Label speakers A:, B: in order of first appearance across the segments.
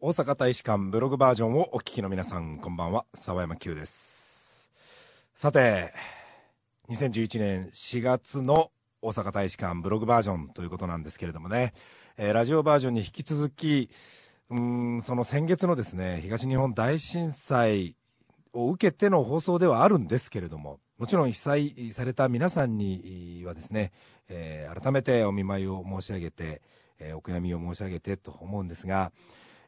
A: 大阪大使館ブログバージョンをお聞きの皆さん、こんばんは、沢山久です。さて、2011年4月の大阪大使館ブログバージョンということなんですけれどもね、えーラジオバージョンに引き続き、うーん、その先月のですね、東日本大震災を受けての放送ではあるんですけれども、もちろん被災された皆さんにはですね、えー改めてお見舞いを申し上げて、えーお悔やみを申し上げてと思うんですが、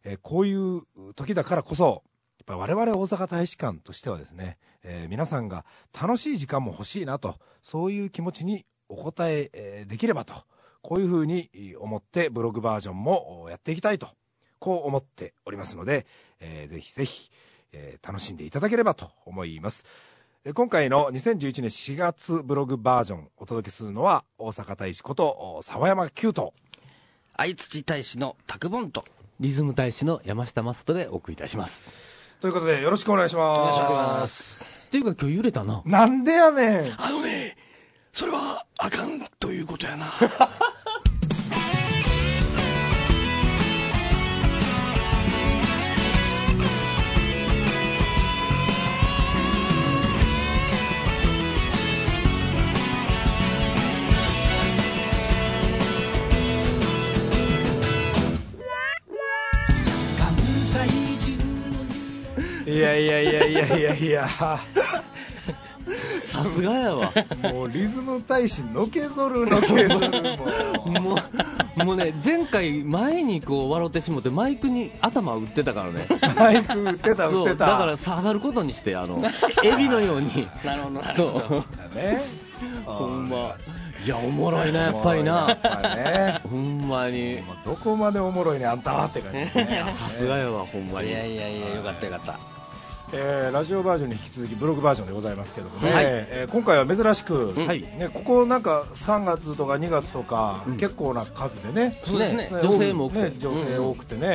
A: えーこういう時だからこそ、やっぱり我々大阪大使館としてはですね、えー皆さんが楽しい時間も欲しいなと、そういう気持ちにお応ええーできればと、こういうふうにえー思ってブログバージョンもおやっていきたいと、こう思っておりますので、えーぜひぜひ、えー楽しんでいただければと思います。えー今回の2011年4月ブログバージョンお届けするのは大阪大使ことお沢山久と
B: 相槌大使のタクボンと。
C: リズム大使の山下正人でお送りいたします。
A: ということでよろしくお願いします。。
B: お願いします
C: っていうか今日揺れたな。
A: なんでやねん。
B: あのね、それはあかんということやな。
A: いやいやいやいやいやいや。
C: さすがやわ。
A: もうリズム大使のけぞるのけぞるもう。
C: もう、もうね、前回前にこう笑ってしもってマイクに頭打ってたからね。
A: マイク打ってた
C: そ
A: 打
C: う
A: ってた。
C: だから下がることにして、あの、エビのように。
B: なるほどなるほ
C: そう
B: ど。
A: ね。
C: ほんま。いや、おもろいな、やっぱり
A: やっ
C: な。
A: ぱね。
C: ほんまに。
A: もうどこまでおもろいねあんたはって感じですね。
C: さすがやわ、ほんま
B: い
C: に。
B: やいやいや、よかったよかった。
A: えーラジオバージョンに引き続きブログバージョンでございますけどもね、
C: はい
A: えー今回は珍しく、
C: はい
A: ね、ここなんか3月とか2月とか、
C: うん
A: 結構な数でね
B: そうですね
C: 女性も多くて。
A: ね女性多くてね,、
C: うん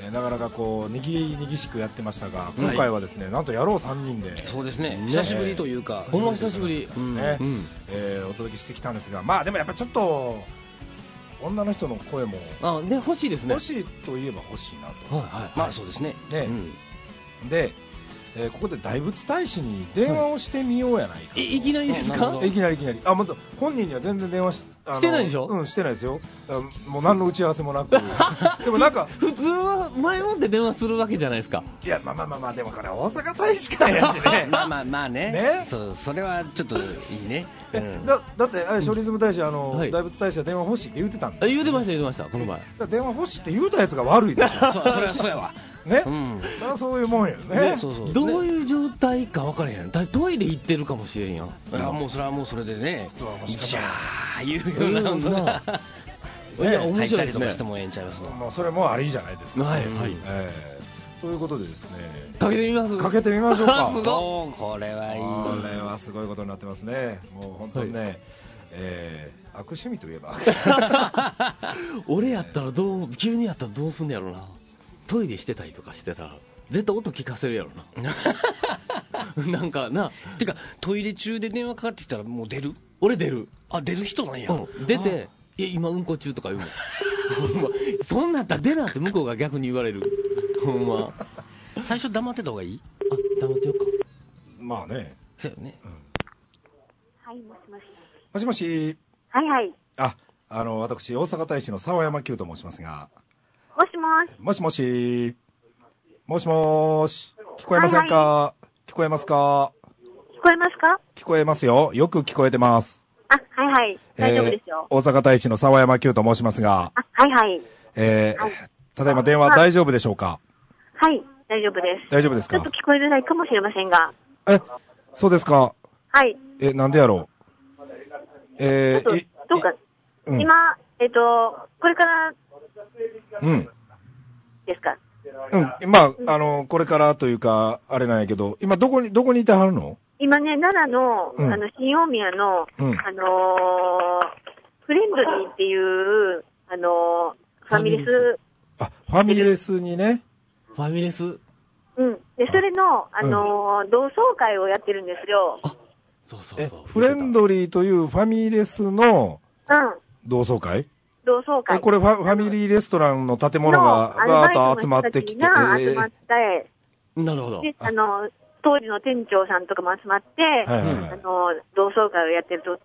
A: えーなかなかこうにぎにぎしくやってましたが
C: うん
A: 今回はですね、なんと野郎3人で。
B: そうですね。
C: ね
B: 久しぶりというか。
C: ほんま久しぶり。うん
A: ね
C: うん
A: えーお届けしてきたんですが、まあでもやっぱちょっと女の人の声も
C: あ、ね、欲しいですね。
A: 欲しいといえば欲しいなと、
C: はいはいはい。
B: まあそうですね。
A: ね
C: うん
A: で、えーここで大仏大使に電話をしてみようやないかと、
C: えいきなりです
B: なるほ
C: か
B: ど
A: えいきなりいきなりあもっと本人には全然電話しあの
C: してないでしょ
A: うんしてないですよあもう何の打ち合わせも なくでもなんか
C: 普通は前もって電話するわけじゃないですか。
A: いやまあまあまあまあでもこれ大阪大使館やし ね
B: まあ まあまあね。
A: ね
B: そう、それはちょっといいね。う
A: え
B: ん
A: だだってあれショリズム大使あの、
C: はい
A: 大仏大使は電話欲しいって言ってたん
C: あ
A: で
C: 言うてました、言うてました、この前。
A: 電話欲しいって言うたやつが悪いでしょ
B: そう、それはそうやわ。
A: ね、
B: うん
A: だからそういうもんやね
B: ねそうそう。
C: どう
B: う。
C: いう状態か分からへん。だトイレ行ってるかもしれんやん。
B: いやもうそれはもうそれでね。
A: そうもう仕方ない
B: じゃあ、言うような
C: うんな。いや、
A: ね
C: 面
B: 入った
C: 白い
B: り
C: です
B: と
C: ね
B: かし。てもええんちゃいますの。
A: もうそれもありじゃないですか、
C: はい、はい。
A: えーということでですね
C: かけてみます
A: かけてみましょ うか
C: あすごい
B: おーこれはいい。
A: これはすごいことになってますね、もう本当にね、えー悪趣味といえば、
C: 俺やったらどう、急にやったらどうすんのやろな。トイレしてたりとかしてたら、絶対音聞かせるやろ な。なんかな、
B: てか、トイレ中で電話かかってきたら、もう出る
C: 俺出る。
B: あ、出る人なんや。
C: うん、出て、いや、今、うんこ中とか言うもん、 ほんま、そんなんやったら出なって向こうが逆に言わ れる、ほんま、あ
B: あ、最初黙ってた方がいい
C: 黙ってよっか、
A: まあね、
B: そうよね。
A: うん
D: はい、もしもし。
A: もしもし、
D: はいはい。
A: ああの私、大阪大使の沢山久と申しますが、
D: もしもし。
A: もしもし、もしもーし、聞こえませんか、聞こえますか、
D: 聞こえますか
A: 聞こえますよ、よく聞こえてます。
D: あ、はいはい。大丈夫ですよ。
A: えー大阪大使の沢山久と申しますが、
D: あ、はいはい。
A: えー
D: はい
A: ただいま電話大丈夫でしょうか、
D: はい、大丈夫です。
A: 大丈夫です
D: ちょっ
A: か
D: と、聞こえづらいかもしれませんが。
A: えそうですか、
D: はい。
A: え、なんでやろう、
D: ちょ
A: え
D: っと、
A: ー、い
D: どうか、
A: うん
D: 今、えっ、と、これから
A: うん。
D: ですか
A: うん。まあ、あの、これからというか、あれなんやけど、今どこに、どこにいてはるの
D: 今ね、奈良の、
A: うん
D: あの、新大宮の、
A: うん
D: あのーフレンドリーっていう、あのーファミレス、
A: あ、ファミレスにね。
C: ファミレス、
D: うん。で、それの、あのー同窓会をやってるんですよ。
C: そうそう
A: え
C: そう、、
A: フレンドリーというファミレスの
D: うん。
A: 同窓会
D: 同窓会。
A: えこれファ、ファミリーレストランの建物が
D: の
A: バーッと集まってきて、え
D: アルバイトの人たちが集まっ
A: ー
D: て、
C: なるほど。
D: で、あの、当時の店長さんとかも集まって、
A: はいはいは
D: あ
A: い。
D: の、同窓会をやってると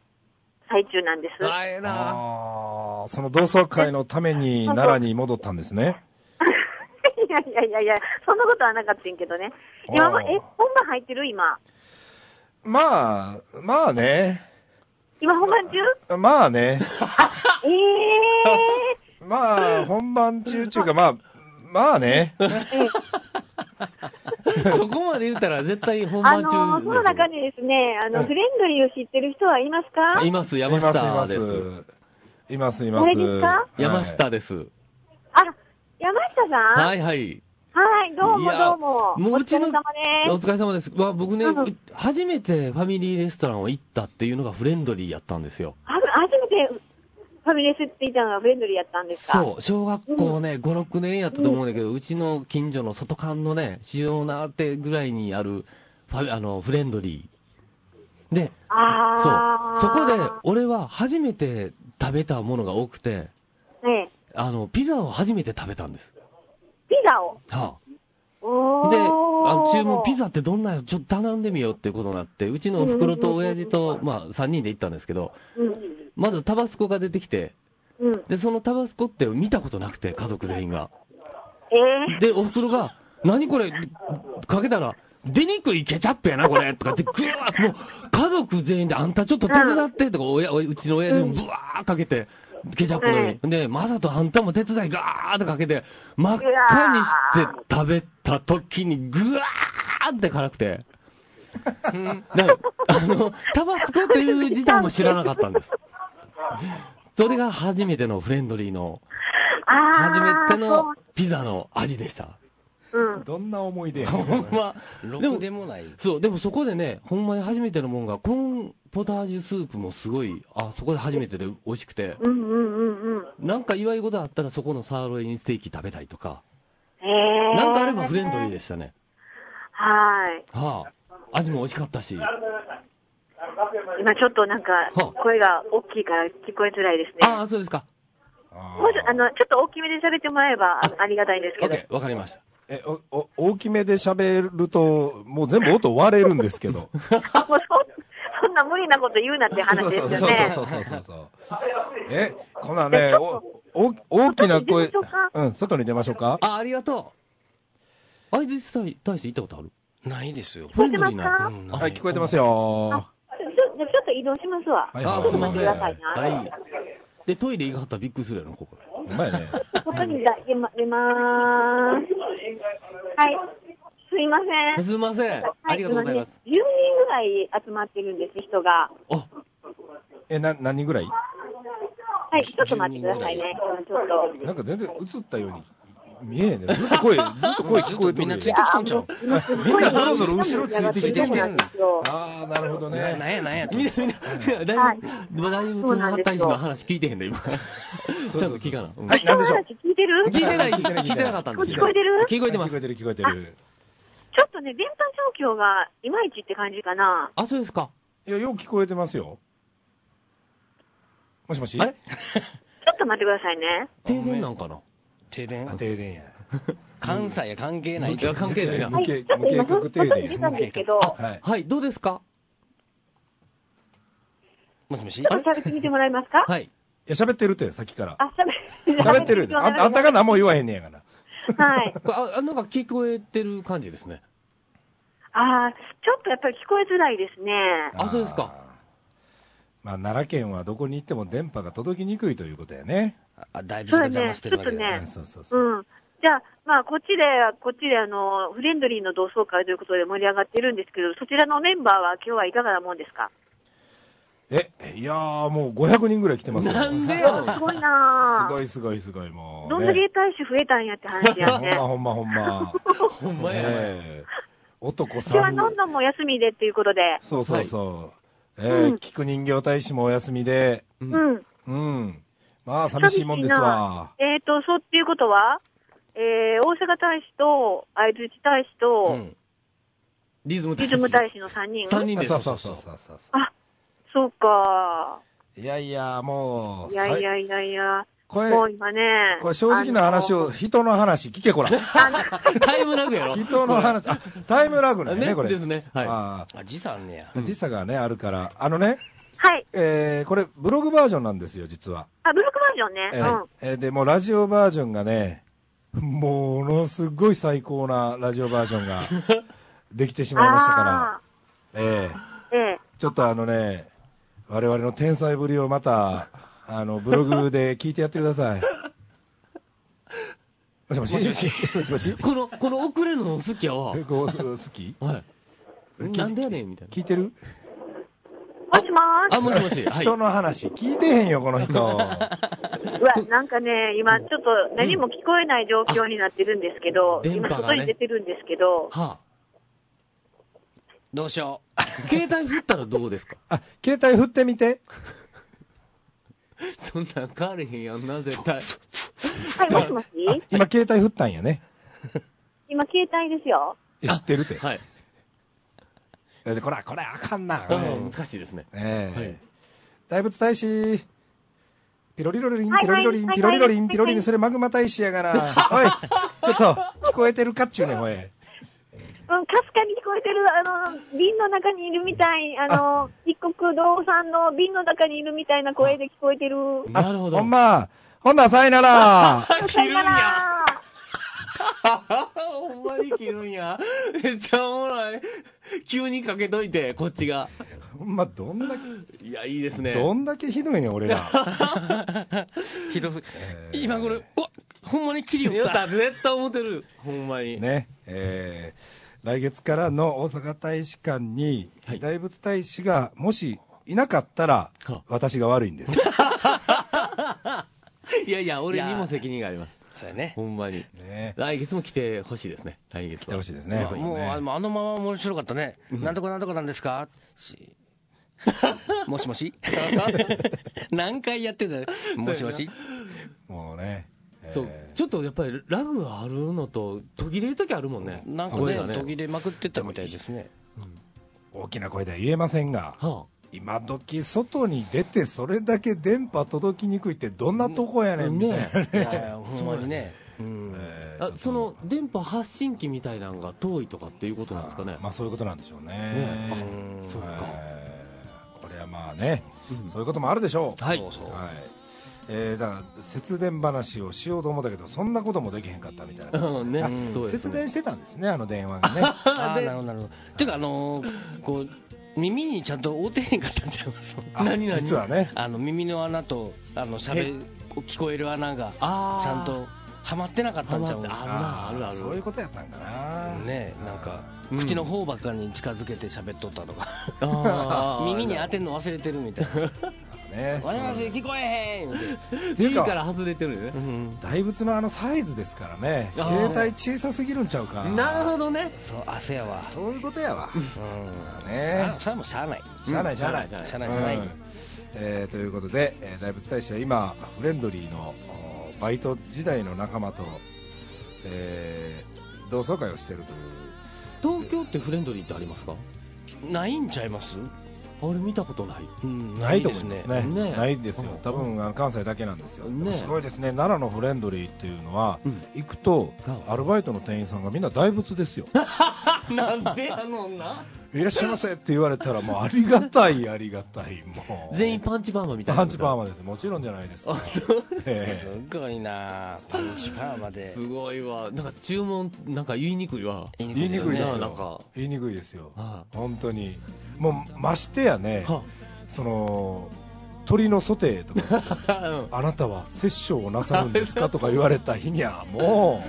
D: 最中なんです。
C: あええな
A: あーその同窓会のために奈良に戻ったんですね。
D: いやいやいやいや、そんなことはなかったんけどね。今も、
A: あー
D: え、本番入ってる今。
A: まあ、まあね。
D: 今本番中
A: まあね。
D: え え
A: まあ、本番中中が、まあ、まあね。
C: そこまで言ったら絶対本
D: ー、あ
C: 番
D: の
C: 中。
D: ー、その中でですね、あ
A: う
D: の、
A: ん
D: フレンドリーを知ってる人はいますか
C: います、
A: い
C: 山
A: ます、い
C: 下
A: ま
C: ですす。。
A: います、います。
D: 誰ですか
A: はい
C: 山下です。
D: あ、山下さん
C: はいはい。
D: はい、どう
C: い
D: も
C: や
D: どうも。
C: も
D: お
C: ううち
D: 疲
C: の
D: れ様
C: お
D: です。
C: 疲れ様です。わ僕ね、
D: うん
C: 初めてファミリーレストランを行ったっていうのがフレンドリーやったんですよ。
D: は初めてファミレスって言ったのがフレンドリーやったんですか
C: そう、小学校ね、5、6年やったと思うんだけど、うちの近所の外観のね、主要な手ぐらいにあるファあのフレンドリー。で、
D: あ
C: そ
D: ー
C: う、そこで俺は初めて食べたものが多くて、
D: ねえ
C: あのピザを初めて食べたんです。
D: ピザを。
C: は
D: お
C: あ、
D: ー
C: で、あの注文、ピザってどんなんやちょっと頼んでみようってことになって、うちのおふくろと親父と、まあ、3人で行ったんですけど、
D: うん。
C: まずタバスコが出てきて、
D: うん。
C: で、そのタバスコって見たことなくて、家族全員が。
D: え え
C: で、おふくろが、何これ、かけたら、出にくいケチャップやな、これとかって、ぐわーもう、家族全員で、あんたちょっと手伝ってとか、おやおいうちの親父もぶわーかけて、ケチャップの上に。で、まさとあんたも手伝い、ガーっとかけて、真っ赤にして食べた時に、ぐわーって辛くて。うんだからあの、タバスコという自体も知らなかったんです。それが初めてのフレンドリーの、
D: あ
C: 初めてのピザの味で した。
D: ーそううん。
A: どんな思い 出や
C: ほんま、で
E: ろ
C: も
E: くでもない。
C: そう、でもそこでね、ほんまに初めてのもんが、コーンポタージュスープもすごい、あ、そこで初めてで美味しくて、
D: うんうんうんうん。
C: なんか祝い事あったらそこのサーロインステーキ食べたりとか、
D: ええ
C: なんかあればフレンドリーでしたね。
D: はい。
C: はあ、味も美味しかったし、
D: 今ちょっとなんか
C: は、
D: 声が大きいから聞こえづらいですね。
C: ああ、そうですか。
D: もし、あの、ちょっと大きめで喋ってもらえばあありがたいんですけど。
C: OK、わかりました。
A: えおお大きめで喋ると、もう全部音割れるんですけど。
D: あもうそんそんな無理なこと言うなって 話
A: そう
D: です
A: そ
D: よ
A: う
D: ね。
A: そうそうそうそうそう。え、こんなね、おお大きな声
D: 外に出ましょ
A: うん、外に出ましょう
D: うか、
A: か。
C: あ、ありがとう。会津大大使行ったことある
E: ないですよ。
C: フレンドリーな。
D: あ
E: うんない
A: はい、聞こえてますよ。
D: ちょちょっと移動しますわ。
A: はい
C: あ
A: は
C: ー、
A: い
C: すいません。
D: ごめんなさいな
C: はい。で、トイレ行かはったらびっくりするやろ、ここ。
A: ほんまやね。
D: ここに出ま出まーす。はい。すいません。
C: すいません。ありがとうございます。
D: 10人ぐらい集まってるんです、人が。
C: あ、
A: え、な、何人ぐらい
D: はい、ちょっと待ってくださいね。ちょっと。
A: なんか全然映ったように見えへんね。ずっと声、ずっと声聞こえて
E: みん
A: る
E: な
A: よ
E: ついてきとんちゃう
A: みんなそろそろ後ろついてきてん
D: る
A: ね
D: ん
A: ん
D: ですよ。
A: あー、なるほど
E: なな
A: ね。
E: んやなんやと。
C: みんな、みんな、だいぶ、
D: はい
C: だいぶ、その発大使の話聞いてへんで、今。ち
A: そう
C: ゃ
A: そ
C: んと
A: うそ
C: 聞
A: う
C: かな。うん
A: はい、なんでしょう。
D: 人の話聞いてる
C: 聞いてない、
A: 聞いてない
C: 聞いてなかったんですよ
D: 聞こえてる
C: 聞こえてま
A: 聞こえ
C: す。
A: てる、聞こえてる。
D: ちょっとね、電波状況がいまいちって感じかな。
C: あ、そうですか。
A: いや、よう聞こえてますよ。もしもし
C: あれ
D: ちょっと待ってくださいね。
C: 停電なんかな
E: 停電
A: あ停電や。
E: 関西や関係ない
C: いや、関係ないな
A: 無
D: は。い、
A: 計
D: ちょっと今、
A: 無計画
D: 外
A: 停電
D: に出たんですけど、ち
A: はい。
C: はい、どうですか
E: もしもし
D: ょっと喋ってみてもらえますか
C: はい。
A: いや、喋ってるって、さっきから。
D: あ、喋
A: 喋ってるで。あんあんたが何も言わへんねやがな。
D: はい。
C: これあ、あなんか聞こえてる感じですね。
D: ああ、ちょっとやっぱり聞こえづらいですね。
C: あそうですか
A: あー。まあ、奈良県はどこに行っても電波が届きにくいということやね。
E: あだいぶ
D: そ
E: それ
D: う
E: 邪
D: ね、
E: 魔して
D: ちょ
E: る
D: っ
E: わ
D: と
E: けだ
A: う
D: ね
A: ん、。そうそうそう
D: う
A: そ
D: ん。じゃあ、まあ、こっちで、こっちで、あの、フレンドリーの同窓会ということで盛り上がってるんですけど、そちらのメンバーは今日はいかがなもんですか
A: う。え、いやー、もう500人ぐらい来てますよ。
C: なんで
D: いやす
C: よ。
D: ごいな
A: すご
D: い。
A: いすごいすごい、も
D: ど
A: うんね。
D: だけ大使増えたんやって話やね。
A: ほんまほんまほんま。
C: ほんまや。
A: ええ男
D: 今日は
A: 3
D: どんど
A: 人。
D: んも休みでっていうことで。
A: そうそうそう。ええ
D: うん
A: 聞く人形大使もお休みで。
C: う
D: うんん。
A: うん。まあ、寂しいもんですわ。
D: えっ、と、そうっていうことは、えー、大阪大使と、会津大使
E: う
D: と、
E: ん。
C: リズム
D: 出雲大使の3人。
C: 三人です。
A: そうそうそうそうそうそ
D: あ、そうか。
A: う。いやいや、もう、
D: いやい
A: さ
D: やいやいや。
A: これ
D: もう、今ね。
A: これ正直な話
D: あ
A: を、
D: の。
A: 人の話聞けこら。
C: タイムラグやろ。
A: 人の話、あ、タイムラグなんやね、
C: ね
A: これ。
C: ですねはい
A: あ
E: あ、時差あんねや。
A: ー時差がね、あるから。あのね、
D: はい。
A: えーこれ、ブログバージョンなんですよ、実は。
D: あ、ブロックバージョンね。
A: え
D: う
A: ー
D: ん。
A: えーでも、ラジオバージョンがね、ものすごい最高なラジオバージョンができてしまいました から、えー
D: あー。ええ。
A: ちょっとあのね、我々の天才ぶりをまた、あの、ブログで聞いてやってくださ い。もしもしもしもしもし
C: この、この遅れるの好きやわ。
A: えこうす好 き
C: はい。なんでやねんみたいな。
A: 聞いてる
D: もしもー
C: あ、もしもし。はい
A: 人。の話聞いてへんよ、この人。
D: し。うわ、なんかね、今ちょっと何も聞こえない状況になってるんですけど、
C: 電波
D: 今
C: がね
D: 外に出てるんですけど、
C: は
E: どうしよ
C: あ、携帯振ったらどうですか
A: あ、携帯振ってみて。
C: そんなん変われへんやんな、絶対。
D: はい、もしもし
A: 今、携帯振ったんやね。
D: 今携帯ですよ。
A: え知ってるって。
C: はい。
A: で、こら、これあかんな。
C: あ
A: これ
C: ー難しいですね。
A: ええ
C: はい
A: 大仏大使。ピロリロリリン、
D: はい
A: ピロリロリン、
D: はい
A: ピロリロリン、
D: はい
A: ピロリリン、それマグマ大使やがな。おい、ちょっと、聞こえてるかっちゅうねん、ほえ。
D: うん、かすかに聞こえてる、あの、瓶の中にいるみたい、あの、一国堂さんの瓶の中にいるみたいな声で聞こえてる。
A: あ
C: なるほど。
A: ほんま、ほんならさいなら。
C: 切るん
D: さよな
C: や。
D: ら
C: ほんまに切るんや。 めっちゃおもろい。 急にかけといて、こっちが。
A: ほんま、どんだ
C: いや、いいです
A: け、
C: ね。
A: どんだけひどいねん、俺ら。
E: う。ひどすぎ。
A: えー
E: 今頃、うわ、ほんまに切り
C: い
E: よ
C: や
E: った。
C: 絶対思ってる。ほんまに。
A: ね、えー来月からの大阪大使館に、
C: はい
A: 大仏大使がもしいなかったら
C: は、
A: 私が悪いん です。
C: いやいや、俺に
E: い
C: も
E: や
C: 責任があります。
E: そうやね。
C: ほんまに。
A: ね、
C: 来月も来てほしいですね。来月
A: 来
C: は。来
A: てほしいですね。これ
E: もう、
A: ね
E: あのあのまま面白かったね。なんとかなんとかなんですかしもしもし何回やってたねもしもし
A: もうね。えー
C: そう、ちょっとやっぱりラグがあるのと、途切れるときあるもんね。
E: なんか
C: 声
E: ね、
C: が
E: 途切れまくってたみたいですね。
A: 大きな声では言えませんが、
C: は
A: 今時外に出て、それだけ電波届きにくいって、どんなとこやねんみたい なね
E: いやほんまにね。うん
A: えーちょっ
C: あ、あ
A: と
C: その電波発信機みたいなのが遠いとかっていうことなんですかね。
A: まあそういうことなんでしょうね。
C: ね
E: うん
C: そうか
A: えーこれはまあね、
C: うん
A: そういうこともあるでしょう。
C: はい。
E: そうそう
A: はいえーだから節電話をしようと思ったけど、そんなこともできへんかったみたいな感じ
C: うんね
A: あ
C: そうですね
A: 節電してたんですね、あの電話がね。
E: あーなるほど、なるほど。ていうか、あのーこう、耳にちゃんと合うてへんかったんちゃいます
A: あ
C: 何々
A: 実はね、
E: あの、耳の穴と、あの、喋る、聞こえる穴が、ち
C: あー
E: ゃんと、はまってなかったんちゃう
C: はまっ
E: ま
C: てるなあるある
A: そういうことやったんかな、
E: ねなんか、
C: うん
E: 口の方ばっかに近づけて喋っとったとか。
C: あ ー
E: 耳に当てるの忘れてるみたいな。
A: ね
E: 我々聞こえへんみたいな
C: 耳から外れてるんでね。
A: 大仏のあのサイズですからね、
C: あー
A: 携帯小さすぎるんちゃうか、
C: なるほどね。
E: そう、汗やわ。
A: そういうことやわ、
E: うん。
A: ね
E: あそれはもうしゃあない。
A: しゃあない、しゃあない、
C: しゃあない
E: しゃあないしゃあない
A: うんえーということで、えー大仏大使は今、フレンドリーのおバイト時代の仲間と、えー同窓会をしているという、
C: 東京ってフレンドリーってありますか
E: ないんちゃいます
C: 俺見たことない。
E: うん
A: ないと思いますね、
C: ねね
A: ないですよ
C: うん、
A: 多分あの関西だけなんですよ、
C: ね
A: でもすごいですね、奈良のフレンドリーっていうのは、
C: うん
A: 行くと
C: うん、
A: アルバイトの店員さんがみんな大仏ですよ、
C: なんであのな。
A: いらっしゃいませって言われたら、もうありがたい、ありがたい、もう。
C: 全員パンチパーマみたいな。
A: パンチパー
C: マ。
A: マです、もちろんじゃないですか
C: あ、そう。
A: ええ
E: すごいなパンチパーマです
C: ごいわ。なんか注文、なんか言いにくいわ。
A: 言いにくいです
C: ねなんか
A: よ、言いにくいですよ、
C: は
A: 本当に、もうましてやね、
C: は
A: その鳥のソテーと か、
C: あ
A: あなたは殺生をなさるんですかとか言われた日には、も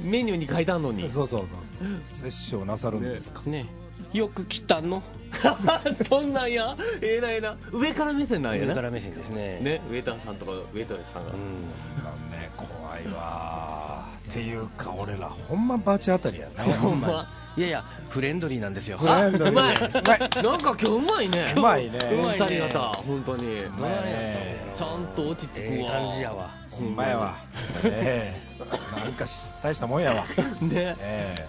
C: メニューに書いてあ んの
A: う、
C: に。
A: そうそうそう そう、殺生なさるんですか、
E: ねよく来たの
C: そんなんや。えらいな。上から目線なんや
E: 上か
C: な。
E: ら目線ですね
C: ね、ウェイターさんとか、ウェイターさんが
E: う。ん
A: なんね、怖いわー、っていうか、俺ら、ほんまバチ当たりやな、
E: ほ
A: ほ
E: ん
A: んま
E: まいやいやフレンドリーなんですよ
A: フ レンド
C: う
A: リ
C: まい。
A: ーでうまい
C: なんか今日うまいね。
A: うまいね
C: こ
E: う
C: の
E: まい
C: 二
E: ね
C: 人方、本当に。
A: うまいね
C: ちゃんと落ち着くわ。
E: ええ感じやわ
A: ほんまや わ、ええなんかし大したもんやわ、
C: ね。
A: え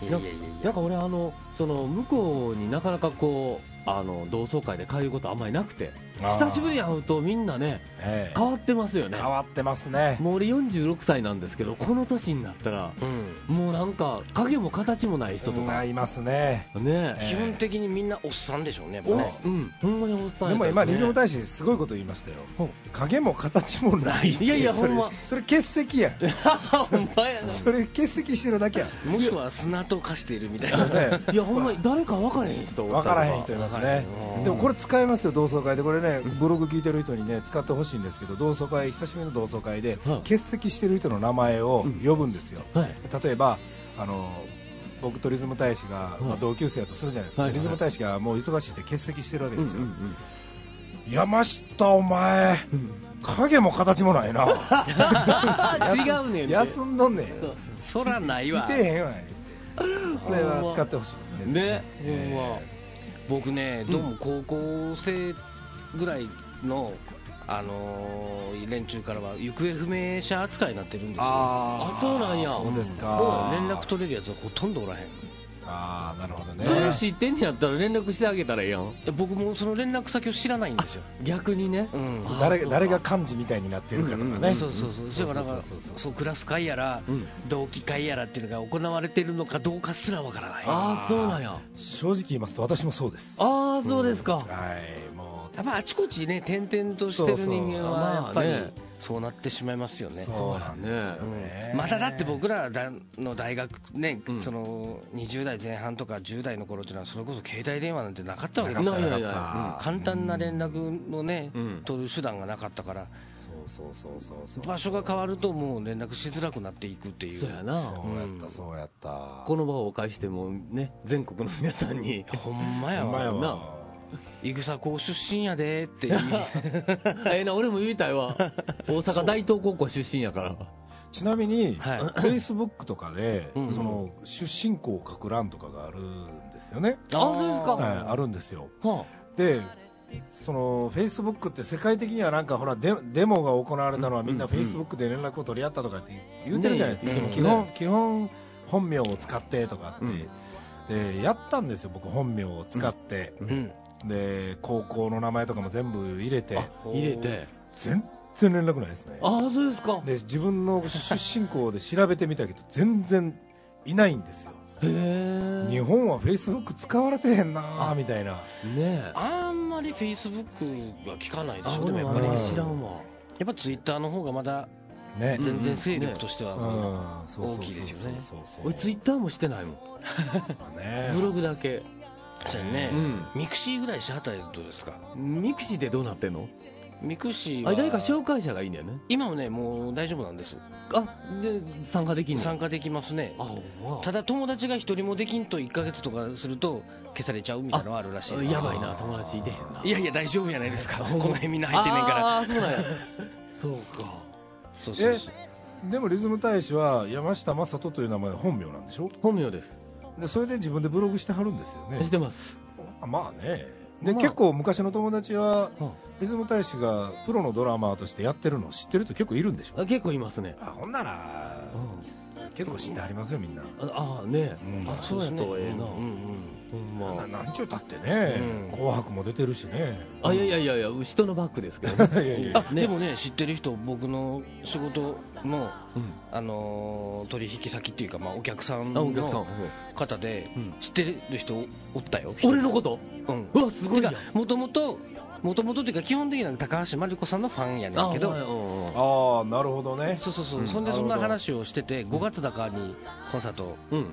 A: え
E: いや
C: ない
E: やいやい
C: なん
E: や
C: か俺あのその向こうになかなかこうあの同窓会でこういうことあんまりなくて、
A: あー
C: 久しぶりに会うとみんなね、
A: ええ
C: 変わってますよね。
A: 変わってますね。
C: もう俺46歳なんですけど、この年になったら、
E: うん
C: もうなんか、影も形もない人とか、
A: いますね。
C: ね
A: ええ
E: 基本的にみんなおっさんでしょうね、もう
C: お
E: ね
C: うん、ほんまにおっさん
A: で
C: や
A: も
C: った
A: 今、
C: ん
A: リ
C: です
A: ズ
C: ね
A: ム大使、すごいこと言いましたよ
C: ほう。
A: 影も形もないって。
C: いやいや
A: それ
C: ほんま
A: それ欠席やん。
E: ほんまやな
A: それ欠席してるだけやん。
E: もしくは砂と化しているみたい
A: そう
E: な。
A: ね。
C: いや、ほんまに誰か分からへん人お
A: わ
C: ったりと
A: からへん人いますね、
E: うん
A: でもこれ使えますよ、同窓会で、これね、ブログ聞いてる人にね、使ってほしいんですけど、同窓会、久しぶりの同窓会で
C: はい、
A: 欠席してる人の名前を呼ぶんですよ、
C: はい
A: 例えば、あの僕とリズム大使が、ま
C: は
A: あ、
C: い
A: 同級生やとするじゃないですか、
C: はいはい
A: リズム大使がもう忙しいって欠席してるわけ
C: う
A: で
C: んうん
A: すよ、
C: うん
A: 山下、お前、影も形もないな、
C: 違うねんて
A: 休んどんねん、来
C: そう
E: そらないわ
A: て。へんわね、これは使ってほしいですね。
C: ね、
A: え
C: ほんま
E: 僕ね、どうも高校生ぐらいの、あのー連中からは行方不明者扱いになってるんですよ。
A: あー
C: あそうなんや
A: そうです
E: も
A: か
E: う連絡取れるやつはほとんどおらへん。
A: ああなるほどね
C: それを知ってんやったら連絡してあげたらええやん
E: で僕もその連絡先を知らないんですよ。
C: 逆にね、
E: うん
A: そう誰が誰が幹事みたいになってるかとかね、
E: そうそうそう、それからなんか
A: そうそうそう
E: そうクラス会やら、
C: うん
E: 同期会やらっていうのが行われてるのかどうかすらわからない、やっ
C: ああそうなんやあ
A: 正直言いますと私もそうです
C: あーそうですか、
A: はいもう
E: ぱあちこちね、転々としてる人間はやっぱり
C: そうそうまあね
E: そうなってしまいますよね。
A: そうなんですよね
E: まただって僕らだの大学ね、
C: うん
E: その20代前半とか10代の頃っていうのは、それこそ携帯電話なんてなかったわけ
A: なかっ
E: で
A: た
E: す
A: なか
E: から、
A: っ
C: いやいやいや
A: た
E: 簡単な連絡のね、
C: うん
E: 取る手段がなかったから、
A: そうそうそうそうそう
E: 場所が変わると、もう連絡しづらくなっていくっていう。
C: そうやな
A: そうやった
E: うん
A: そうやった
C: この場をお返してもね全国の皆さんに
E: ほんまや
A: ほんまや
E: わ。
A: わ
E: いぐさ高出身やでって 言い
C: ええな俺も言いたいわ大阪大東高校出身やから
A: ちなみに、
E: はい
A: フェイスブックとかで、
E: うん
A: その出身校を書く欄とかがあるんですよね、
C: あそうですか
A: はい、
C: は
A: あるんですよ
C: あ
A: でそのフェイスブックって世界的にはなんかほらデデモが行われたのはみんな
C: うん
A: フ
C: う
A: ェ
C: ん
A: イスブックで連絡を取り合ったとかって言うてるじゃないですか、
E: ねえ
A: でも
E: ねえ
A: 基本基本本名を使ってとかって、でやったんですよ僕本名を使って、
E: うん。
A: で高校の名前とかも全部入れて
C: 入れて
A: 全然連絡ないですね
C: ああそうですかへ
A: で自分の出身校で調べてみたけど全然いないんですよ
C: え
A: 日本はフェイスブック使われてへんなーみたいな
C: ねえ
E: あんまりフェイスブックは聞かないでし
C: あ
E: ょ、で
C: 俺
E: もや
C: も
E: っ
C: あ
E: ぱり。
C: れ
E: や
A: うん
C: 知らんわ
E: っぱツイッターの方がまだ
A: ね
E: 全然勢力としては。
A: うんそうそうそうそう
E: 大きいですよね
A: そうそうそう
C: 俺ツイッターもしてないもん
A: ね
C: ブログだけ
E: じゃあね
C: うん、
E: ミクシーぐらいしはったらどうですか
C: ミクシーでどうなってんの
E: ミクシーは。
C: あれ誰か紹介者がいいんだよね
E: 今もね、もう大丈夫なんです。
C: あで参加できんの
E: 参加できますね
C: あ。ほんま
E: ただ友達が一人もできんと1ヶ月とかすると消されちゃうみたいなのはあるらしいです
C: やばいな友達いてへんない
E: やいや大丈夫やないですかこの辺みんな入ってねえから
C: ああそうなんや そうか
E: そうそうそう
A: でもリズム大使は山下正人という名前が本名なんでしょ
C: 本名です
A: でそれで自分でブログしてはるんですよね
C: してます
A: あまあねで、
C: まあ
A: 結構昔の友達は
C: は
A: リズム大使がプロのドラマーとしてやってるのを知ってる人結構いるんでしょ
C: あ結構いますね
A: あほんなら
C: うん
A: 結構知ってはりますよみんな
C: ああね
A: うん
C: あそうやとええな
E: うん
C: ほん
A: な
C: ま
A: なんちゅうたってね
E: う
A: 「
E: ん
A: 紅白」も出てるしね
C: あいやいやいやいや人のバッグですけど
A: いやいやいや
E: あでもね、知ってる人、僕の仕事の、
C: うん
E: あのー取引先っていうか、まあ、お客さん
C: あお客さん
E: の方で
C: うん、
E: 知ってる人おったよ、
C: 俺のこと
E: うん、
C: うわすごい
E: て
C: じゃ
E: か
C: ん、
E: もともと、もともとっていうか、基本的には高橋真理子さんのファンやねんけど、
C: ど
A: ああなるほどね
E: そうそうそう、
C: うん
E: そんでそん
A: な
E: な
A: るほど
E: 話をしてて、5月だかにコンサート
C: うん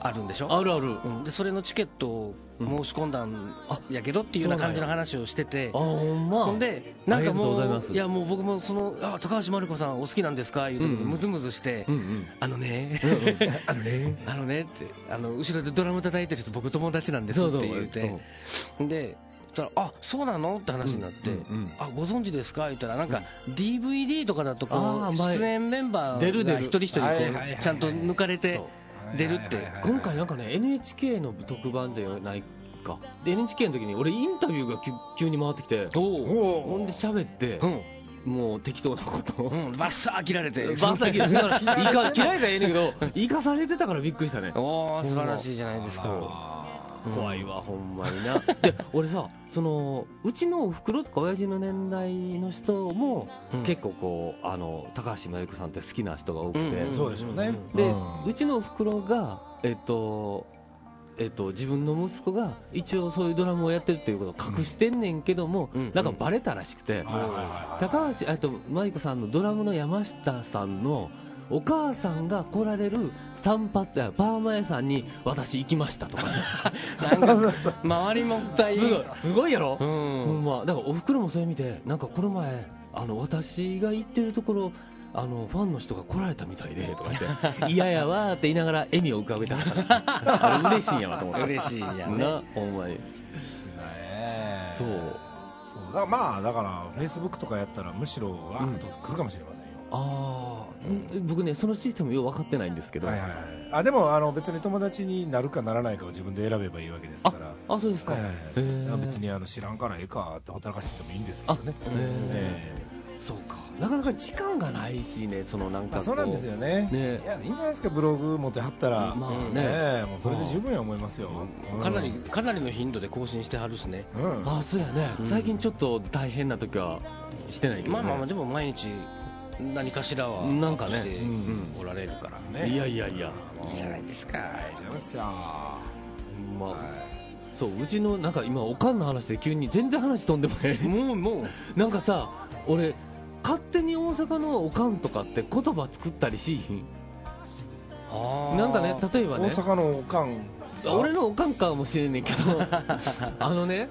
E: あるんでしょ、
C: あるある
E: うん、でそれのチケットを申し込んだんやけどっていうような感じの話をしてて
C: あ。ほんま
E: ほんで、なんかも、
C: ありがとうございうます
E: やもう僕もその、あ高橋真理子さんお好きなんですか言うて、
C: うんうん
E: ムズムズして
C: う、んうん
E: あのね、
A: あのね
E: あのねって、あの後ろでドラム叩いてる人、僕、友達なんです
C: そ
E: っ
C: うそう
E: て言って、で、そしたら、あそうなのって話になって
C: うんうんうん、
E: あご存知ですか言ったら、なんか DVD とかだと
C: あ
E: こ
C: ー
E: う、
C: 前
E: 出演メンバ
C: 出る
E: ー
C: 出
E: が
C: る
E: 一人一人こ、
A: はいはいはいはいう
E: ちゃんと抜かれて
C: そう
E: 出るって、
C: 今回なんかね NHK の特番じゃないかで NHK の時に俺インタビューが急急に回ってきて
E: おお、
A: お
C: ほんで喋って
E: うん、
C: もう適当なことを
E: うん、バッサー切られて、
C: バッサキですからイ カ嫌いじゃええねんけど生かされてたからびっくりしたね
E: おー、素晴らしいじゃないです
A: ほん
E: か。
A: ま
C: 怖いわ、ほんまにな。で、俺さ、その、うちのお袋とか親父の年代の人も、
E: うん
C: 結構こう、あの、高橋真由子さんって好きな人が多くて、
E: うんうん
A: そうでしょうね。
C: で、
A: ん
C: うちのおふくろが、えっと、えっと、自分の息子が一応そういうドラムをやってるっていうことを隠してんねんけども、
E: うん
C: なんかバレたらしく
A: はい
C: て、
A: はいはいはい
C: 高橋、えっと、マリコさんのドラムの山下さんのお母さんが来られる散髪やパーマ屋さんに私行きましたとか、
E: なんか周りもったい
C: すごい、すごいやろ、
E: う
C: ほ
E: ん
C: んま、だからおふくろもそれ見て、なんかこの前、あの私が行ってるところ、あのファンの人が来られたみたいでとか 言って、嫌やわーって言いながら、笑みを浮かべた、あれ嬉しいんやわと思って、
E: 嬉しいじゃんね
C: な、ほんまに、
A: ねえ
C: そう、
A: そうだからまあだからフェイスブックとかやったらむしろわーっと来るかもしれませんよ、
C: あー、ん僕ね、そのシステム、よう分かってないんですけど、
A: はいはいはい、あでもあの別に友達になるかならないかを自分で選べばいいわけですか
C: あ
A: ら
C: あ、そうですか、
A: はいはい
C: へ
A: だか
C: ー
A: ら別にあの知らんからええかってほったらかしててもいいんですけど
C: あ
A: ね、
C: へー
A: え
C: そうか、なかなか時間がないしね、そのなん
A: えま
C: か
A: あ、
C: こ、
A: そうなんですよね
C: ね
A: いやいいんじゃないですかブログ持ってはったら、
C: まあ
A: ね
C: ね、
A: えもうそれで十分や思いますよ、うん
E: かなりかなりの頻度で更新してはるしね
A: うん
C: あそうやね、
E: うん
C: 最近ちょっと大変な時はしてないけど、ね、
E: まあまあまあでも毎日何かしらは
C: なんか
E: ア
C: ね
E: ップして
A: うん
E: おられるから
A: ね
C: いやいやいや、
E: いいじゃないですか
A: 大丈夫ですよ、
C: まあ
A: はい
C: そううちのなんか今おかんの話で急に全然話飛んでもね
E: もうもう
C: なんかさ俺勝手に大阪のおかんとかって言葉作ったりしひん
E: あー
C: なんかね例えば
A: 大
C: ね
A: 阪のおかんが
C: 俺のおかんかもしれんねんけ どあのね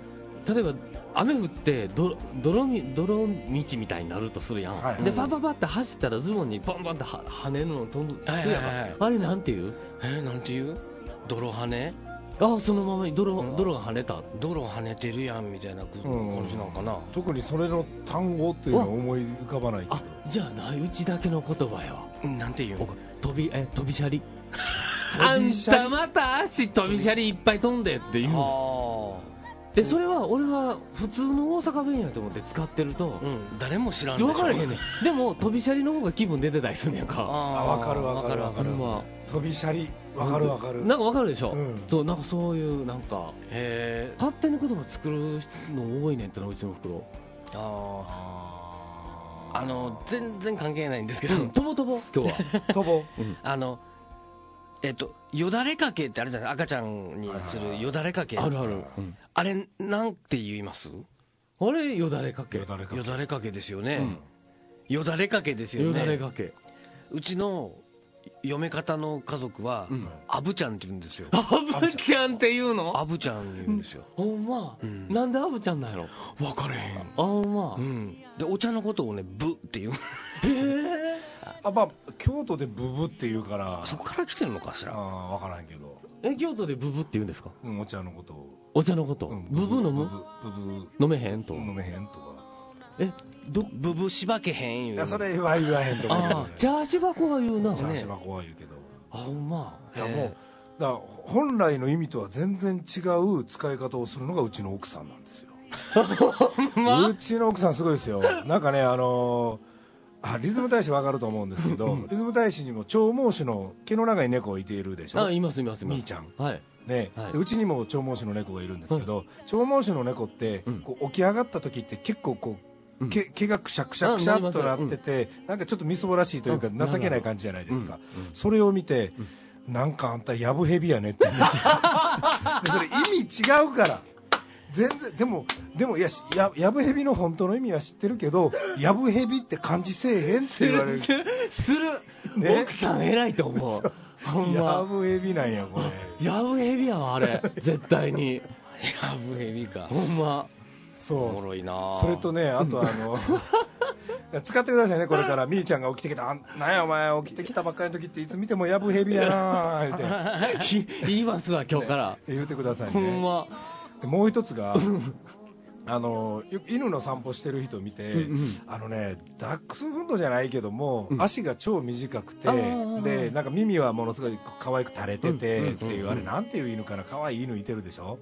C: 例えば雨降ってど泥み泥道みたいになるとするやん、
A: はい
C: で
E: うん
C: パパパって走ったらズボンにバンバンっては跳ねるの飛ぶつくやん
E: はい
C: か、
E: はいはい
C: あれなんていう
E: えーなんていう泥跳ね
C: ああそのままに泥,、
E: うん
C: 泥が跳ねた
E: 泥跳ねてるやんみたいなこ
A: うん
E: 感じなんかな
A: 特にそれの単語っていうのは思い浮かばないけど
C: あじゃあないうちだけの言葉よ
E: うんなんていう
C: お
E: の
C: 飛びえ飛びシャリあ
A: 飛び
C: ん
A: シャリ
C: たまた足飛びシャリいっぱい飛んでって言うの
E: あ
C: でそれは俺は普通の大阪弁やと思って使ってると
E: あ、うん、誰も知らんでしょ
C: 分からへんねんでも飛びシャリの方が気分出てたりすんねやんか
A: あ
E: あ
A: わかるわかるわかる
C: ほんま
A: 飛びシャリわかるわかる
C: なんか分かるでしょ、
A: うん
C: そうなんかそういうなんか
E: へえ
C: 勝手に言葉作るの多いねんってのうちの袋
E: あ
A: あ
E: ーあの全然関係ないんですけど、
C: とぼとぼ今日 は
A: とぼ
E: あのえっとよだれかけってあるじゃない赤ちゃんにするよだれかけ
C: あるある、
E: あれなんて言います
C: あれよだれかけ
A: よだれかけ
E: よだれかけですよね、よだれかけですよね
C: よだれかけ
E: うちの嫁方の家族は、
C: ん
E: アブちゃんって言うんですよ
C: アブちゃんっていうの
E: アブちゃん言うんですよ、
C: ほんま、
E: うん
C: なんでアブちゃんなんやろ
E: 分かれへん、
C: あほんま、
E: うん、でお茶のことをねブって言う
A: あまあ京都でブブって言うから
E: そこから来てるのかしら
A: あ分からんけど、
C: え京都でブブって言うんですか
A: うん、お茶のことを、
C: お茶のこと、
A: うん
C: ブブ飲む
A: ブブブ
C: 飲めへんと、
A: ブ飲めへんとか、
C: えど
E: ブブしばけへん言う
A: い
E: の
A: やそれは言わへんとか言う
C: あ
A: ね
C: チャーシバコは言うな、
A: チャーシ
C: ね
A: は怖い言うけど、
C: あほんま
A: いやもう
E: え
A: だから本来の意味とは全然違う使い方をするのがうちの奥さんなん ですよ、うちの奥さんすごいですよなんかねあのーあリズム大使わかると思うんですけどリズム大使にも長毛種の毛の長い猫をいているでしょ
C: あいますいますいます
A: みーちゃん
C: はい
A: ね
C: はい
A: でうちにも長毛種の猫がいるんですけど、長毛種の猫って、
C: うん
A: こう起き上がった時って結構こう、
C: うん
A: 毛毛がくしゃくしゃくしゃっとなってて、なんかちょっとみそぼらしいというか
C: うんなるほど
A: 情けない感じじゃないですか、
C: うんうん
A: それを見て、なんかあんたやぶヘビやねって言 うんですよでそれ意味違うから全然でもでもいやしややぶヘビの本当の意味は知ってるけどやぶヘビって感じせえへんって言われる
C: するする、
A: ね
C: 奥さん偉いと思うほん
A: や
C: ま
A: ぶヘビなんやこれ
C: やぶヘビやわあれ絶対
E: ー
C: に
E: アブヘビか
C: ほんま
A: そう
E: おもろいな
A: それとね、あとあ の、使ってくださいね、これから、みーちゃんが起きてきた、あんなんやお前、起きてきたばっかりの時って、いつ見てもやぶヘビやなーって
C: ひ言いますわ 今日から、
A: 言うてください
C: ほん
A: ね。
C: ま
A: でもう一つが、 あのよ犬の散歩してる人見て、
C: うんうん
A: あのね、ダックスフンドじゃないけども、
C: うん
A: 足が超短くて
C: あー、
A: でなんか耳はものすごい可愛く垂れてて、
C: うんうんうんうん
A: っていう、あれ、なんていう犬かな、可愛い犬いてるでしょ。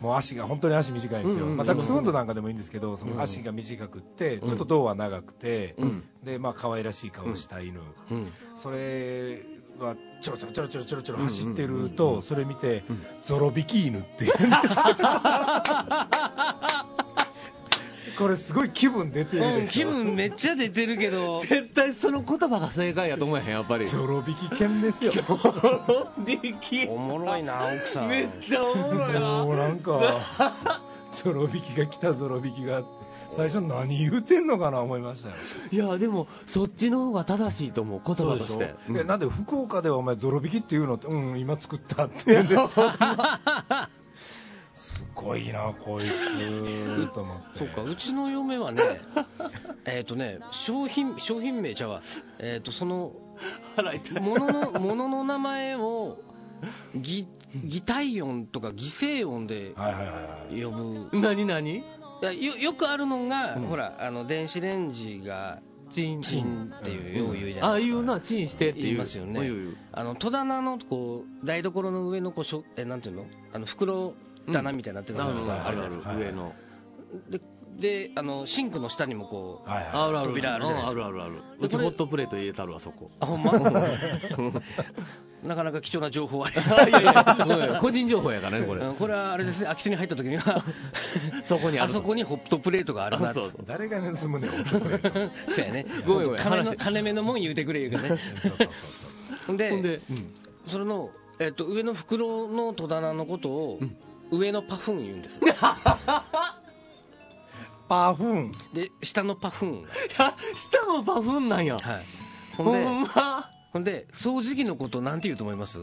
A: もう足が本当に足短いんですよ、
C: うんうんうん
A: まあ、ダックスフンドなんかでもいいんですけど、その足が短くって、ちょっと胴は長くて、
C: うん
A: でまあ可愛らしい顔した犬、
E: うん
A: それがちょろちょろちょろちょろちょろちょろ走ってるとそれ見て
E: うん
A: ゾロビキ犬っていうんですこれすごい気分出てる
E: うん
A: でし
E: 気
A: ょ、
E: 分めっちゃ出てるけど
C: 絶対その言葉が正解やと思えへん、やっぱり。
A: ゾロビキ犬ですよ
C: でき
E: おもろいな奥さん
C: めっちゃおもろい
A: もう
C: な。
A: なんかゾロ引きが来たゾロ引きが最初何言うてんのかな思いましたよ
C: いや、でも、そっちの方が正しいと思う、言葉として。
A: えなんで福岡ではお前ゾロ引きっていうのってうん今作ったって言うんですすごいなこいつと思って
E: そうかうちの嫁はね えっとね商品商品名ちゃうわえっ、とその
C: 払いたい。
E: もののものの名前を擬擬態音とか擬声音で
A: はいはいはいはい
E: 呼ぶ
C: 何何
E: いやよよくあるのが、
C: うん
E: ほらあの電子レンジが
C: チン。
E: チンっていうよう言うじゃ
C: あ
E: な
C: あ
E: いで
C: い
E: すか、
C: うな、チンしてっていう。
E: 言いますよね
C: 言う言う
E: あの戸棚のこう台所の上のこうしょえなんていうのあの袋棚みたいになってる
C: な
E: の
C: る
E: と
C: ほど、
E: か
C: あ
E: あるじ
C: る
E: ゃ
C: あ
E: ないですか、
A: はい
C: る、上の。
E: でであのシンクの下にもこう
A: はいはい
C: あるある。
E: 扉あるじゃないですか
C: うんあるあるある。
E: で
C: うち
E: これ
C: ホットプレート入れたるわ、そ こ。
E: あほん まなかなか貴重な情報あり
C: いやいやそうよ個人情報やからね、これ。
E: うんこれはあれですね空き地に入った時には
C: そこにあ
E: あ
C: る。
E: そこにホットプレートがあるな
C: あ
E: と
C: そうそう。
A: 誰が盗むねん本当にそう
E: そうやね
C: ごめんごめん
E: 金の
C: 話
E: 金目のもん言うてくれ言うけど
A: そう
E: ね
A: そうそう
E: ほんで
C: ほんで、
E: それの、えっと、上の袋の戸棚のことを、上のパフン言うんですよ
A: パフーン
E: で下のパフン
C: いや、下もパフンなんや。
E: はいほ
C: ほ
E: んで
C: んま。
E: ほんで掃除機のことなんて言うと思います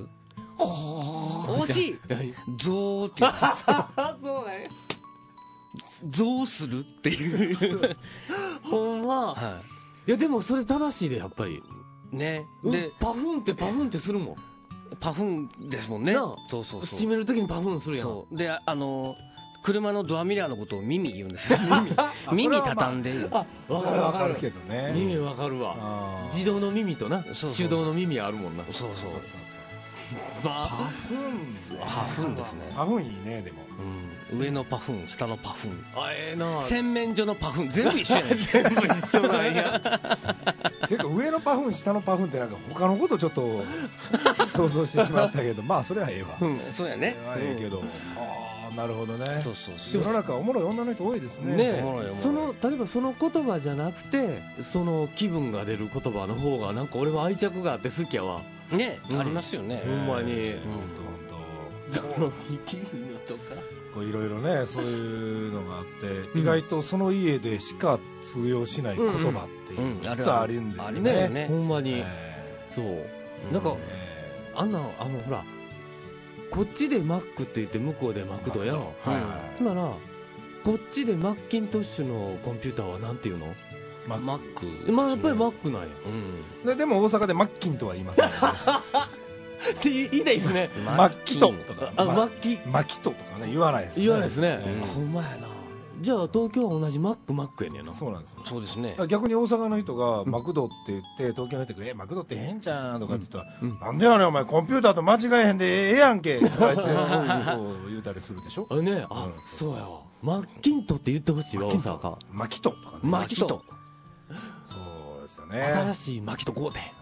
E: 惜しい
C: はい
E: ゾーって言うんです
C: あ そうね。
E: ゾーするっていう、
C: ほんま。
E: はい
C: や、でもそれ正しいで、やっぱり。
E: い、ね
C: で
E: で、
C: パフンってパフンってするもん。
E: パフンですもんね
C: なあ
E: そうそうそう
C: 閉めるときにパフンするやん。
E: そうでああの車のドアミラーのことを耳言うんですよ
A: あ
E: 耳
A: それはまあ
E: 畳んで言う
C: あ、わ
A: そ
C: か
A: れ
C: る
A: はわ
C: わ
A: か
C: か
A: る
C: る。
A: けどね
C: 耳わかるわ。
A: あー
C: 自動の耳とな、
E: そうそう
C: 手動の耳あるもんな。
E: そうそう
A: そ
E: そう
A: うそうそう
C: ま
A: パ
C: あ
A: フーンね
E: パフンですね、
A: パフーンいいねでも
E: うん、上のパフン下のパフン
C: あええな。
E: 洗面所のパフン全部一緒やね
C: 全部一緒なんや。
A: ていうか上のパフーン下のパフーンってなんか他のことちょっと想像してしまった けどまあそれはええわ、
E: うんそうやね
A: それはええけど、ああなるほどね
E: そうそうそ
A: 世
E: う
A: の中おもろい女の人多いですね
E: おも
C: ね
E: ろいおもろい
C: その例えばその言葉じゃなくてその気分が出る言葉の方がなんか俺は愛着があって好きやわ
E: ね、
C: うん
E: ありますよね
C: ほんまに
A: 本当本
C: その気分とか
A: 当こういろいろねそういうのがあって、
C: ん
A: 意外とその家でしか通用しない言葉っていうのが実はあるんですよね、
E: うんうんうんあるあるありますよ
C: ねほんまに、
A: え
C: そう
E: うん
C: なんか
A: ーえ
C: あんなあのほらこっちでマックって言って向こうでマ
A: ー
C: クドやろ
A: はいはい
C: ほんならこっちでマッキントッシュのコンピューターはなんていうの、
A: マッ
E: マックですね
C: まあ、やっぱりマックなんや
E: うん
A: ででも大阪でマッキンとは言いませんよね
C: って言いたいですね
A: マッキトとか
C: あ
A: ま
C: マッキ
A: マキトとかね言わないですよね
C: 言わないですね、
A: え
C: あ
A: ー
C: ほんまやなじゃあ東京は同じマックマックやねんな
A: そうなんですよ
E: そうですね
A: だから逆に大阪の人がマクドって言って東京の人が「えマクドって変じゃん」とかって言ったら「
C: うんうん
A: なんでやねんお前コンピューターと間違えへんでええやんけ」とか言ってそう言うたりするでしょ
C: あねあ、
A: うん
C: そうやわマッキントって言ってほしいわ大阪
A: マキトとかね
C: マキト
A: そうですよ
C: 新
A: ね
C: しいマキト神戸
E: ね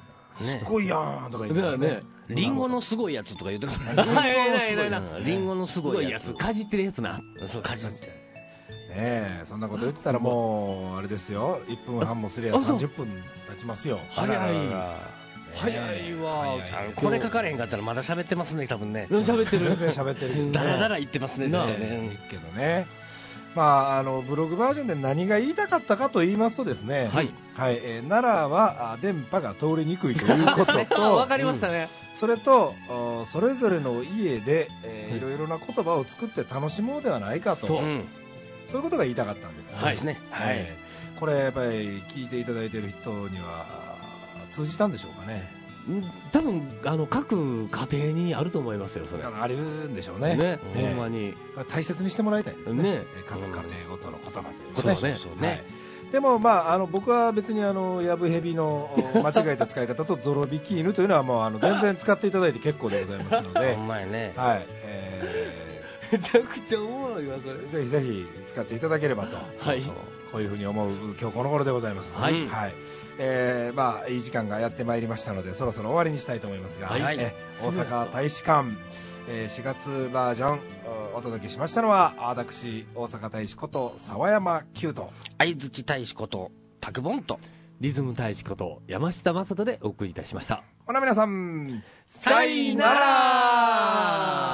A: すごいやんとか言って
C: ね
E: リンゴのすごいやつとか言うてくる
C: あ偉い偉い偉い
E: リンゴのす
C: す
E: ご
C: ご
E: い
C: い
E: や
C: や
E: つ
C: つかじってるやつな
E: そう果実
A: ねえそんなこと言ってたらもうあれですよ1分半もすりゃ
C: あそう
A: 30分経ちますよ
C: 早い
A: あららららねえ
C: 早いわ
A: 早いです
E: あのこれ書かれへんかったらまだ喋ってますね多分ね
C: 喋ってる
A: 全然喋ってるけどね
E: だらだら言ってますね
C: なあ
E: 絶対ね
A: けどね、まあ、あのブログバージョンで何が言いたかったかと言いますとですね、
C: はい
A: はいえー奈良はあ電波が通りにくいという こと
C: あわ
A: と
C: かりましたね、
A: それとおそれぞれの家で、えーいろいろな言葉を作って楽しもうではないかと
C: そう
A: そう
E: うん
A: いうことが言いたかったんですよね。
E: そうですね
A: は
E: はいい、
A: これやっぱり聞いていただいてる人にはあー通じたんでしょうかね。
C: うん多分あの各家庭にあると思いますよそれ
A: あるんでしょうね。
C: ね
A: えー
C: ほんまに
A: 大切にしてもらいたいですね、
C: ね
A: えー各家庭ごとの言葉というこ
C: そう
A: とで
C: だね
A: はい、でも、まあ、あの僕は別にあのやぶへび のお間違えた使い方とゾロ引き犬というのはもうあの全然 使っていただいて結構でございますので
E: ほ、んまやね
A: はいえ
C: めちゃくちゃおもろうよ、そ
A: ぜ
C: れ。
A: ひぜひ使っていただければと、
C: はい
A: そうそうこういうふうに思う今日この頃でございます。
C: はい
A: えーまあいい時間がやってまいりましたので、そろそろ終わりにしたいと思いますが、
E: はい
A: えー大阪大使館、えー4月バージョンおお届けしましたのは私大阪大使こと沢山久と。
E: 相づち大使こと、たくぼんと。
C: リズム大使こと、山下正人でお送りいたしました。
A: ほな皆さん、
E: さいなら